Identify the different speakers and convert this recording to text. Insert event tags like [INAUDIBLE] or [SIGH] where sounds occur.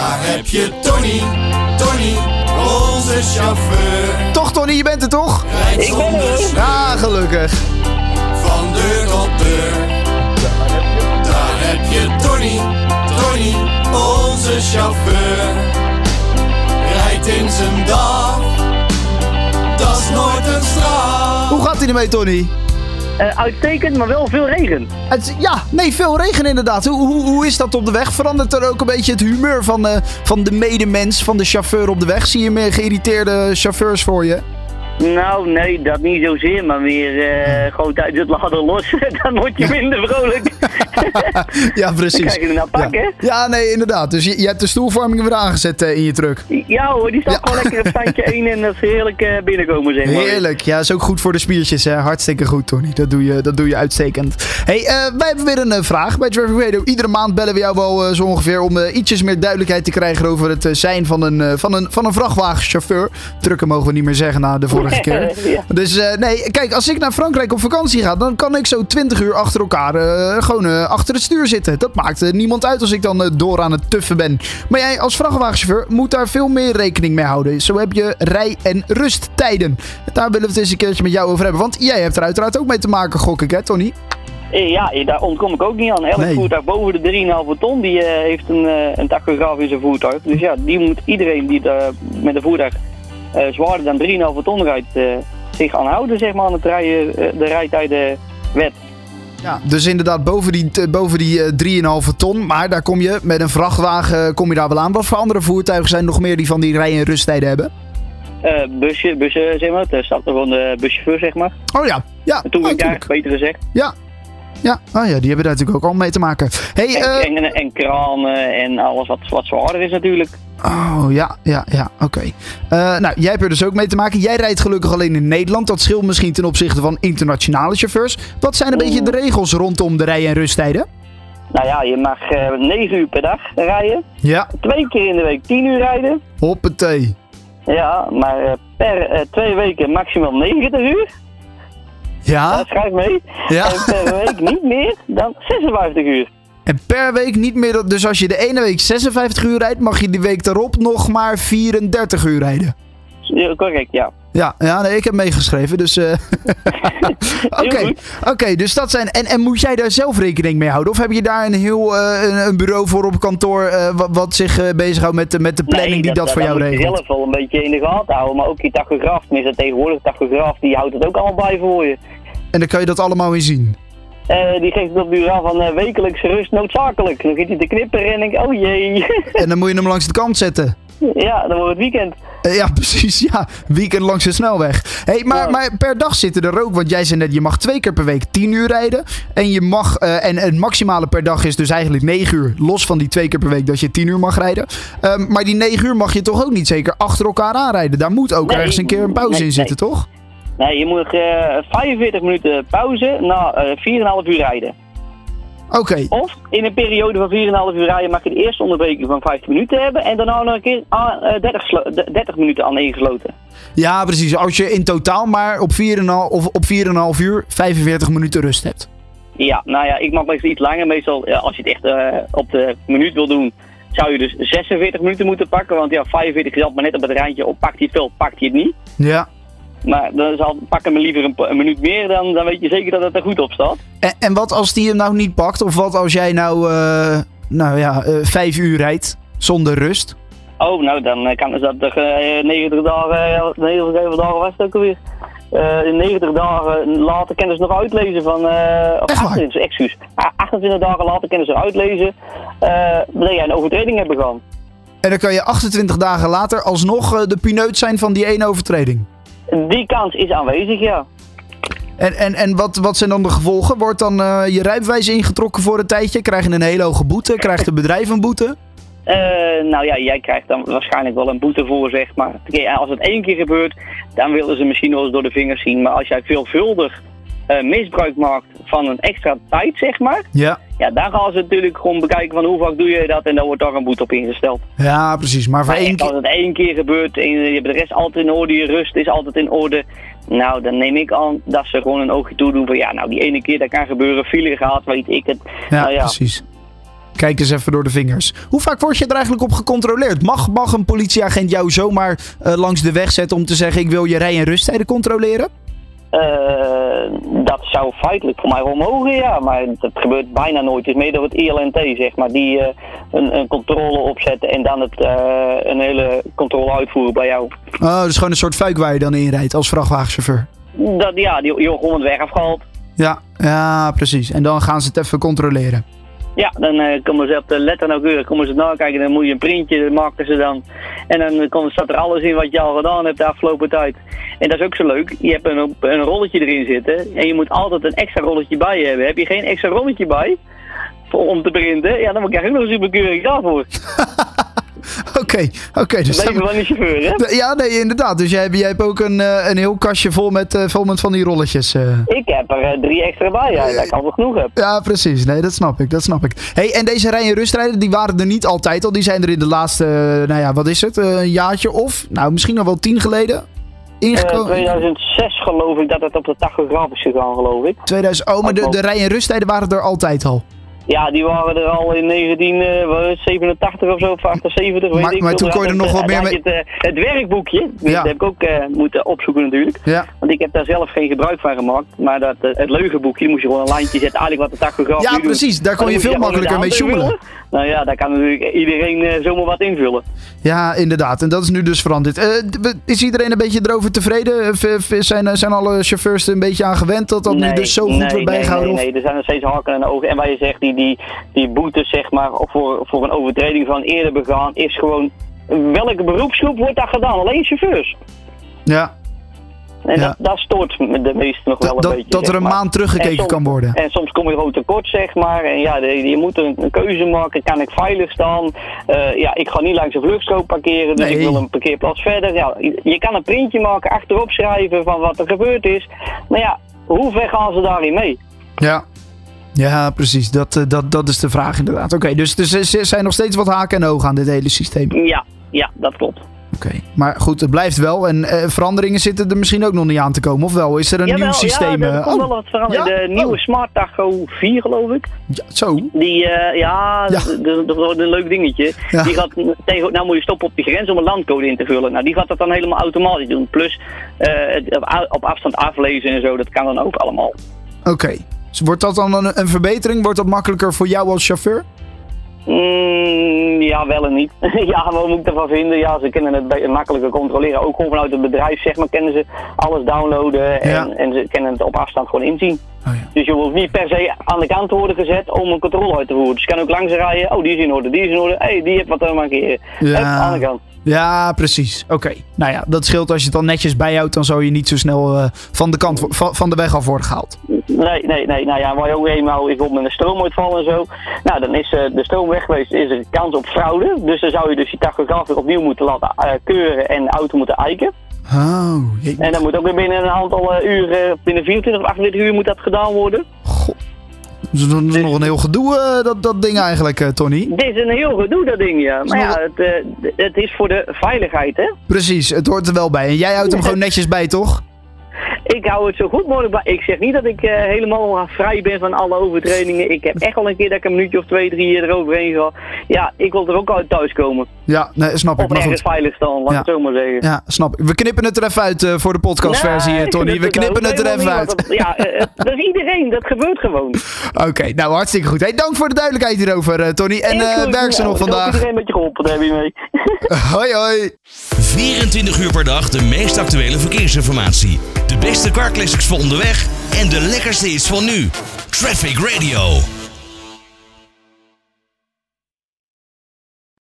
Speaker 1: heb je Tony, Tony, onze chauffeur.
Speaker 2: Toch Tony, je bent er toch?
Speaker 1: Rijdt
Speaker 3: Ik ben er.
Speaker 1: zonder sneur
Speaker 2: Ah, gelukkig.
Speaker 1: van deur tot deur. Daar heb je Tony, Tony, onze chauffeur. Rijdt in zijn dag, dat is nooit een straf.
Speaker 2: Hoe gaat hij ermee, Tony?
Speaker 3: Eh, uitstekend, maar wel veel regen.
Speaker 2: Het, ja, nee, veel regen inderdaad. Hoe, hoe, hoe is dat op de weg? Verandert er ook een beetje het humeur van, eh, van de medemens, van de chauffeur op de weg? Zie je meer geïrriteerde chauffeurs voor je?
Speaker 3: Nou, nee, dat niet zozeer, maar weer
Speaker 2: Hmm.
Speaker 3: eh, gewoon tijdens het laden los. [LAUGHS] Dan word je minder
Speaker 2: [LAUGHS]
Speaker 3: vrolijk.
Speaker 2: Ja, precies.
Speaker 3: krijg je er nou pak,
Speaker 2: ja.
Speaker 3: hè?
Speaker 2: ja, nee, inderdaad. Dus je, je hebt de stoelverwarming weer aangezet eh, in je truck.
Speaker 3: Ja hoor, die staat
Speaker 2: Ja.
Speaker 3: gewoon lekker op standje 1 en dat is heerlijk eh, binnenkomen, zeg maar. [LAUGHS]
Speaker 2: Heerlijk. Ja, is ook goed voor de spiertjes. Hè? Hartstikke goed, Tony. Dat doe je, dat doe je uitstekend. hey, eh, wij hebben weer een eh, vraag bij Traffic Radio. Iedere maand bellen we jou wel eh, zo ongeveer om eh, ietsjes meer duidelijkheid te krijgen over het eh, zijn van een, eh, van, een, van een vrachtwagenchauffeur. Trucken mogen we niet meer zeggen na de
Speaker 3: [LAUGHS]
Speaker 2: vorige keer.
Speaker 3: Ja.
Speaker 2: Dus eh, nee, kijk, als ik naar Frankrijk op vakantie ga, dan kan ik zo 20 uur achter elkaar eh, gewoon eh, achter het stuur zitten. Dat maakt eh, niemand uit als ik dan eh, door aan het tuffen ben. Maar jij als vrachtwagenchauffeur moet daar veel meer rekening mee houden. Zo heb je rij- en rusttijden. Daar willen we het eens een keertje met jou over hebben. Want jij hebt er uiteraard ook mee te maken, gok ik, hè, Tony?
Speaker 3: Eh, Ja, eh, daar ontkom ik ook niet aan. Elk
Speaker 2: Nee.
Speaker 3: voertuig boven de 3,5 ton die, eh, heeft een, eh, een tachograaf in zijn voertuig. Dus ja, die moet iedereen die daar met een voertuig eh, zwaarder dan 3,5 ton rijdt, eh, zich aan houden zeg maar, aan het rijden, eh, de rijtijdenwet.
Speaker 2: Ja. Dus inderdaad, boven die, t- boven die eh 3,5 ton. Maar daar kom je met een vrachtwagen eh, kom je daar wel aan. Wat voor andere voertuigen zijn er nog meer die van die rij- en rusttijden hebben?
Speaker 3: Eh busje, bussen, zeg maar. Daar staat er gewoon de eh, buschauffeur, zeg maar.
Speaker 2: Oh ja, ja.
Speaker 3: Toen ik
Speaker 2: natuurlijk.
Speaker 3: daar, beter gezegd.
Speaker 2: Ja. Ja, oh ja, die hebben daar natuurlijk ook al mee te maken. Hey,
Speaker 3: En,
Speaker 2: eh,
Speaker 3: en, en kranen en alles wat, wat zwaarder is natuurlijk.
Speaker 2: oh ja, ja, ja, oké. Eh, nou, jij hebt er dus ook mee te maken. Jij rijdt gelukkig alleen in Nederland. Dat scheelt misschien ten opzichte van internationale chauffeurs. Wat zijn een beetje de regels rondom de rij- en rusttijden?
Speaker 3: Nou ja, je mag eh 9 uur per dag rijden.
Speaker 2: Ja,
Speaker 3: Twee keer in de week 10 uur rijden.
Speaker 2: hoppatee.
Speaker 3: Ja, maar eh, per eh, twee weken maximaal 90 uur.
Speaker 2: Ja,
Speaker 3: Dat schrijf mee.
Speaker 2: Ja.
Speaker 3: En
Speaker 2: [LAUGHS]
Speaker 3: per week niet meer dan 56 uur.
Speaker 2: en per week niet meer. dat- Dus als je de ene week 56 uur rijdt, mag je die week daarop nog maar 34 uur rijden.
Speaker 3: Ja, correct, ja.
Speaker 2: Ja, ja nee, ik heb meegeschreven, dus...
Speaker 3: [LAUGHS]
Speaker 2: eh, Oké,
Speaker 3: goed.
Speaker 2: oké, dus dat zijn... En, en moet jij daar zelf rekening mee houden? Of heb je daar een heel eh, een, een bureau voor op kantoor... eh, wa- wat, zich eh, bezighoudt met, de- met de planning die dat, voor jou
Speaker 3: moet je
Speaker 2: regelt?
Speaker 3: zelf wel een beetje in de gaten houden. Maar ook die tachograaf, tenminste tegenwoordig tachograaf, die houdt het ook allemaal bij voor je.
Speaker 2: En dan kan je dat allemaal weer zien.
Speaker 3: Eh, die geeft het op de uur aan van eh, wekelijkse rust noodzakelijk. Dan gaat hij te knipperen en denk ik, oh jee. [LAUGHS]
Speaker 2: En dan moet je hem langs de kant zetten.
Speaker 3: ja, dan wordt het weekend.
Speaker 2: Eh, ja, [LAUGHS] precies, ja. Weekend langs de snelweg. Hey, maar,
Speaker 3: Ja.
Speaker 2: maar per dag zitten er ook... Want jij zei net, je mag twee keer per week 10 uur rijden. En, je mag, eh, en het maximale per dag is dus eigenlijk 9 uur. Los van die twee keer per week dat je 10 uur mag rijden. Ehm, maar die 9 uur mag je toch ook niet zeker achter elkaar aanrijden. Daar moet ook
Speaker 3: Nee,
Speaker 2: ergens een keer een pauze
Speaker 3: nee,
Speaker 2: in
Speaker 3: nee.
Speaker 2: zitten, toch?
Speaker 3: Nee, je moet eh 45 minuten pauze na eh 4,5 uur rijden.
Speaker 2: Oké,
Speaker 3: Of in een periode van 4,5 uur rijden mag je de eerste onderbreking van 15 minuten hebben en daarna nog een keer aan, eh, 30, slo- d- 30 minuten aan ingesloten.
Speaker 2: ja precies. Als je in totaal maar op 4,5 of op 4,5 uur 45 minuten rust hebt.
Speaker 3: Ja, nou ja, ik mag meestal iets langer. Meestal, ja, als je het echt eh, op de minuut wil doen, zou je dus 46 minuten moeten pakken. Want ja, 45 is altijd maar net op het rijntje. Of pakt hij het wel, pakt hij het niet.
Speaker 2: Ja.
Speaker 3: Maar dan zal, pak hem liever een, pa- een minuut meer, dan, dan weet je zeker dat het er goed op staat.
Speaker 2: En, en wat als die hem nou niet pakt? Of wat als jij nou, eh, nou ja, eh, 5 uur rijdt zonder rust?
Speaker 3: Oh, nou, dan eh, kan dus dat toch eh, 90 dagen, eh, 90 dagen was het ook alweer. Eh, in 90 dagen later kennen ze nog uitlezen van... eh, of
Speaker 2: Echt waar?
Speaker 3: 28, excuus. Ah, 28 dagen later kennen ze uitlezen eh, dat jij een overtreding hebt begaan.
Speaker 2: En dan kan je 28 dagen later alsnog eh, de pineut zijn van die ene overtreding.
Speaker 3: Die kans is aanwezig, ja.
Speaker 2: En, en, en wat, wat zijn dan de gevolgen? Wordt dan eh, je rijbewijs ingetrokken voor een tijdje? Krijg je een hele hoge boete? Krijgt het bedrijf een boete?
Speaker 3: Eh, nou ja, jij krijgt dan waarschijnlijk wel een boete voor, zeg maar. Ja, Als het één keer gebeurt, dan willen ze misschien wel eens door de vingers zien. Maar als jij veelvuldig eh, misbruik maakt van een extra tijd, zeg maar...
Speaker 2: Ja.
Speaker 3: Ja, daar gaan ze natuurlijk gewoon bekijken van hoe vaak doe je dat en dan wordt daar een boete op ingesteld.
Speaker 2: Ja, precies. Maar voor
Speaker 3: Maar
Speaker 2: één
Speaker 3: echt, als
Speaker 2: keer...
Speaker 3: het één keer gebeurt en je hebt de rest altijd in orde, je rust is altijd in orde. Nou, dan neem ik aan dat ze gewoon een oogje toedoen van ja, nou die ene keer dat kan gebeuren, file gehad, weet ik het.
Speaker 2: Ja,
Speaker 3: nou ja,
Speaker 2: precies. Kijk eens even door de vingers. Hoe vaak word je er eigenlijk op gecontroleerd? Mag, mag een politieagent jou zomaar eh, langs de weg zetten om te zeggen: Ik wil je rij- en rusttijden controleren?
Speaker 3: Eh, dat zou feitelijk voor mij wel mogen, ja. Maar dat gebeurt bijna nooit. Het is meer door het E ILNT, zeg maar, die eh, een, een controle opzetten en dan het, eh, een hele controle uitvoeren bij jou.
Speaker 2: Oh, dus gewoon een soort fuik waar je dan in rijdt als vrachtwagenchauffeur.
Speaker 3: Dat, ja, die joh gewoon het weg afgehaald.
Speaker 2: Ja, ja, precies. En dan gaan ze het even controleren. [LAUGHS]
Speaker 3: Ja, dan eh, komen ze op de letter nauwkeurig, komen ze het nakijken, dan moet je een printje maken ze dan. En dan komt, staat er alles in wat je al gedaan hebt de afgelopen tijd. En dat is ook zo leuk, je hebt een, een rolletje erin zitten en je moet altijd een extra rolletje bij je hebben. Heb je geen extra rolletje bij voor- om te printen, ja, dan krijg je ook nog eens een bekeuring daarvoor.
Speaker 2: Oké, oké. dus
Speaker 3: Leven
Speaker 2: dan-
Speaker 3: van de chauffeur, hè?
Speaker 2: Ja, nee, inderdaad. Dus jij, hebt- jij hebt ook een, eh, een heel kastje vol met, eh, vol met van die rolletjes. eh.
Speaker 3: Ik heb er eh, drie extra bij, ja, dat ik al wel genoeg heb.
Speaker 2: Ja, precies. Nee, dat snap ik. Dat snap ik. Hey, en deze rij- en rustrijden, die waren er niet altijd al. Die zijn er in de laatste, eh, nou ja, wat is het? eh, Een jaartje of, nou, misschien al wel tien geleden.
Speaker 3: Eh,
Speaker 2: Ingekomen.
Speaker 3: 2006 geloof ik dat het op de tachograaf is gegaan, geloof ik.
Speaker 2: 2000. Oh, maar de, de rij- en rusttijden waren er altijd al.
Speaker 3: Ja, die waren er al in eh, 1987 of zo, of 78, weet
Speaker 2: Maar-
Speaker 3: ik
Speaker 2: maar
Speaker 3: veel.
Speaker 2: toen kon je er
Speaker 3: Dan
Speaker 2: nog
Speaker 3: had
Speaker 2: wat meer
Speaker 3: je
Speaker 2: mee-
Speaker 3: Het, eh, het werkboekje,
Speaker 2: Ja.
Speaker 3: dat heb ik ook eh, moeten opzoeken natuurlijk.
Speaker 2: Ja.
Speaker 3: Want ik heb daar zelf geen gebruik van gemaakt. Maar dat, eh, het leugenboekje, daar moest je gewoon een lijntje zetten. Eigenlijk wat de tachograaf
Speaker 2: Ja,
Speaker 3: nu doet.
Speaker 2: precies. Daar kon
Speaker 3: Maar
Speaker 2: je
Speaker 3: dan
Speaker 2: veel
Speaker 3: moest
Speaker 2: makkelijker
Speaker 3: gewoon
Speaker 2: mee
Speaker 3: met de hand
Speaker 2: sjoemelen.
Speaker 3: invullen. Nou ja, daar kan natuurlijk iedereen eh, zomaar wat invullen.
Speaker 2: Ja, inderdaad. En dat is nu dus veranderd. Eh, d- we- is iedereen een beetje erover tevreden? Eh, v- v- Zijn, eh, zijn alle chauffeurs er een beetje aan gewend dat dat nu dus zo goed
Speaker 3: nee,
Speaker 2: wordt
Speaker 3: nee,
Speaker 2: bijgehouden?
Speaker 3: Nee, nee, er zijn nog steeds haken en ogen. En waar je zegt, die, die, die boetes zeg maar, of voor, voor een overtreding van eerder begaan, is gewoon... Welke beroepsgroep wordt dat gedaan? Alleen chauffeurs.
Speaker 2: Ja,
Speaker 3: En
Speaker 2: Ja.
Speaker 3: dat, dat stoort me de meesten nog wel een
Speaker 2: dat,
Speaker 3: beetje.
Speaker 2: dat er
Speaker 3: zeg
Speaker 2: een
Speaker 3: maar.
Speaker 2: maand teruggekeken
Speaker 3: En soms-
Speaker 2: kan worden.
Speaker 3: En soms kom je gewoon tekort, zeg maar. En ja, de- je moet een, een keuze maken. Kan ik veilig staan? Eh, ja, ik ga niet langs een vluchtstrook parkeren, dus
Speaker 2: Nee.
Speaker 3: ik wil een parkeerplaats verder. Ja, je, je kan een printje maken, achterop schrijven van wat er gebeurd is. Maar ja, hoe ver gaan ze daarin mee?
Speaker 2: Ja. Ja, precies. Dat, eh, dat, dat is de vraag inderdaad. Oké, dus dus er z- zijn nog steeds wat haken en ogen aan dit hele systeem. Oké.
Speaker 3: Ja, ja, dat klopt.
Speaker 2: Maar goed, het blijft wel. En eh, veranderingen zitten er misschien ook nog niet aan te komen. Of wel? Is er een
Speaker 3: Jawel,
Speaker 2: nieuw systeem?
Speaker 3: Ja, er
Speaker 2: eh,
Speaker 3: komt
Speaker 2: oh,
Speaker 3: wel wat verandering.
Speaker 2: Ja?
Speaker 3: De nieuwe
Speaker 2: Oh.
Speaker 3: Smart Tacho 4, geloof ik.
Speaker 2: ja, zo.
Speaker 3: Die, eh, ja,
Speaker 2: Ja.
Speaker 3: d- d- dat wordt een leuk dingetje.
Speaker 2: Ja.
Speaker 3: Die gaat tegen, nou moet je stoppen op de grens om een landcode in te vullen. Nou, die gaat dat dan helemaal automatisch doen. Plus eh, het op, a- op afstand aflezen en zo, dat kan dan ook allemaal.
Speaker 2: Oké. Dus wordt dat dan een, een verbetering? Wordt dat makkelijker voor jou als chauffeur?
Speaker 3: Mm, ja, wel en niet. [LAUGHS] ja, wat moet ik ervan vinden? Ja, ze kunnen het be- makkelijker controleren. Ook gewoon vanuit het bedrijf, zeg maar, kennen ze alles downloaden en,
Speaker 2: Ja.
Speaker 3: en ze kennen het op afstand gewoon inzien.
Speaker 2: Oh ja.
Speaker 3: Dus je hoeft niet per se aan de kant te worden gezet om een controle uit te voeren. Dus je kan ook langs rijden. Oh, die is in orde, die is in orde. Hé, hey, die heeft wat aan markeren.
Speaker 2: Ja.
Speaker 3: Hup, aan de kant.
Speaker 2: Ja, precies. Oké. Nou ja, dat scheelt als je het dan netjes bijhoudt. Dan zou je niet zo snel eh, van, de kant, wo- van, van de weg af worden gehaald.
Speaker 3: Nee, nee, nee. Nou ja, waar je ook heen wou, is op met een stroomuitval en zo. Nou, dan is eh, de stroom weg geweest, is er kans op fraude. Dus dan zou je dus die tachograaf weer opnieuw moeten laten eh, keuren en de auto moeten eiken.
Speaker 2: Oh, jee.
Speaker 3: En dan moet ook weer binnen een aantal eh, uren, binnen 24 of 48 uur moet dat gedaan worden.
Speaker 2: Dus Dat is nog- nog een heel gedoe, eh, dat, dat ding eigenlijk, eh, Tony.
Speaker 3: Dit is een heel gedoe, dat ding, ja. Maar ja, het, eh, het is voor de veiligheid, hè.
Speaker 2: Precies, het hoort er wel bij. En jij houdt hem gewoon netjes bij, toch?
Speaker 3: Ik hou het zo goed mogelijk bij. Ik zeg niet dat ik eh, helemaal vrij ben van alle overtredingen. Ik heb echt al een keer dat ik een minuutje of twee, drie hier eroverheen ga. Ja, ik wil er ook uit thuis komen.
Speaker 2: Ja, nee, snap ik.
Speaker 3: Of
Speaker 2: Maar
Speaker 3: ergens
Speaker 2: goed.
Speaker 3: veilig staan, laat ik
Speaker 2: Ja.
Speaker 3: het zo maar zeggen.
Speaker 2: Ja, snap ik. We knippen het er even uit eh, voor de podcastversie, eh,
Speaker 3: Nee,
Speaker 2: Tony. We
Speaker 3: dat is
Speaker 2: knippen
Speaker 3: ook
Speaker 2: het er even
Speaker 3: helemaal
Speaker 2: uit. [LAUGHS]
Speaker 3: niet, want dat- Ja, eh, eh, dat is iedereen. Dat gebeurt gewoon.
Speaker 2: Oké, nou hartstikke goed. Hey, dank voor de duidelijkheid hierover, eh, Tony. [LAUGHS] En eh,
Speaker 3: Inclusief-
Speaker 2: werk ze
Speaker 3: nou,
Speaker 2: nog
Speaker 3: ik hoop
Speaker 2: vandaag.
Speaker 3: iedereen met je geholpen, daar heb je mee.
Speaker 2: Hoi, hoi.
Speaker 4: 24 uur per dag de meest actuele verkeersinformatie. De beste carclassics voor onderweg en de lekkerste is van nu. Traffic Radio.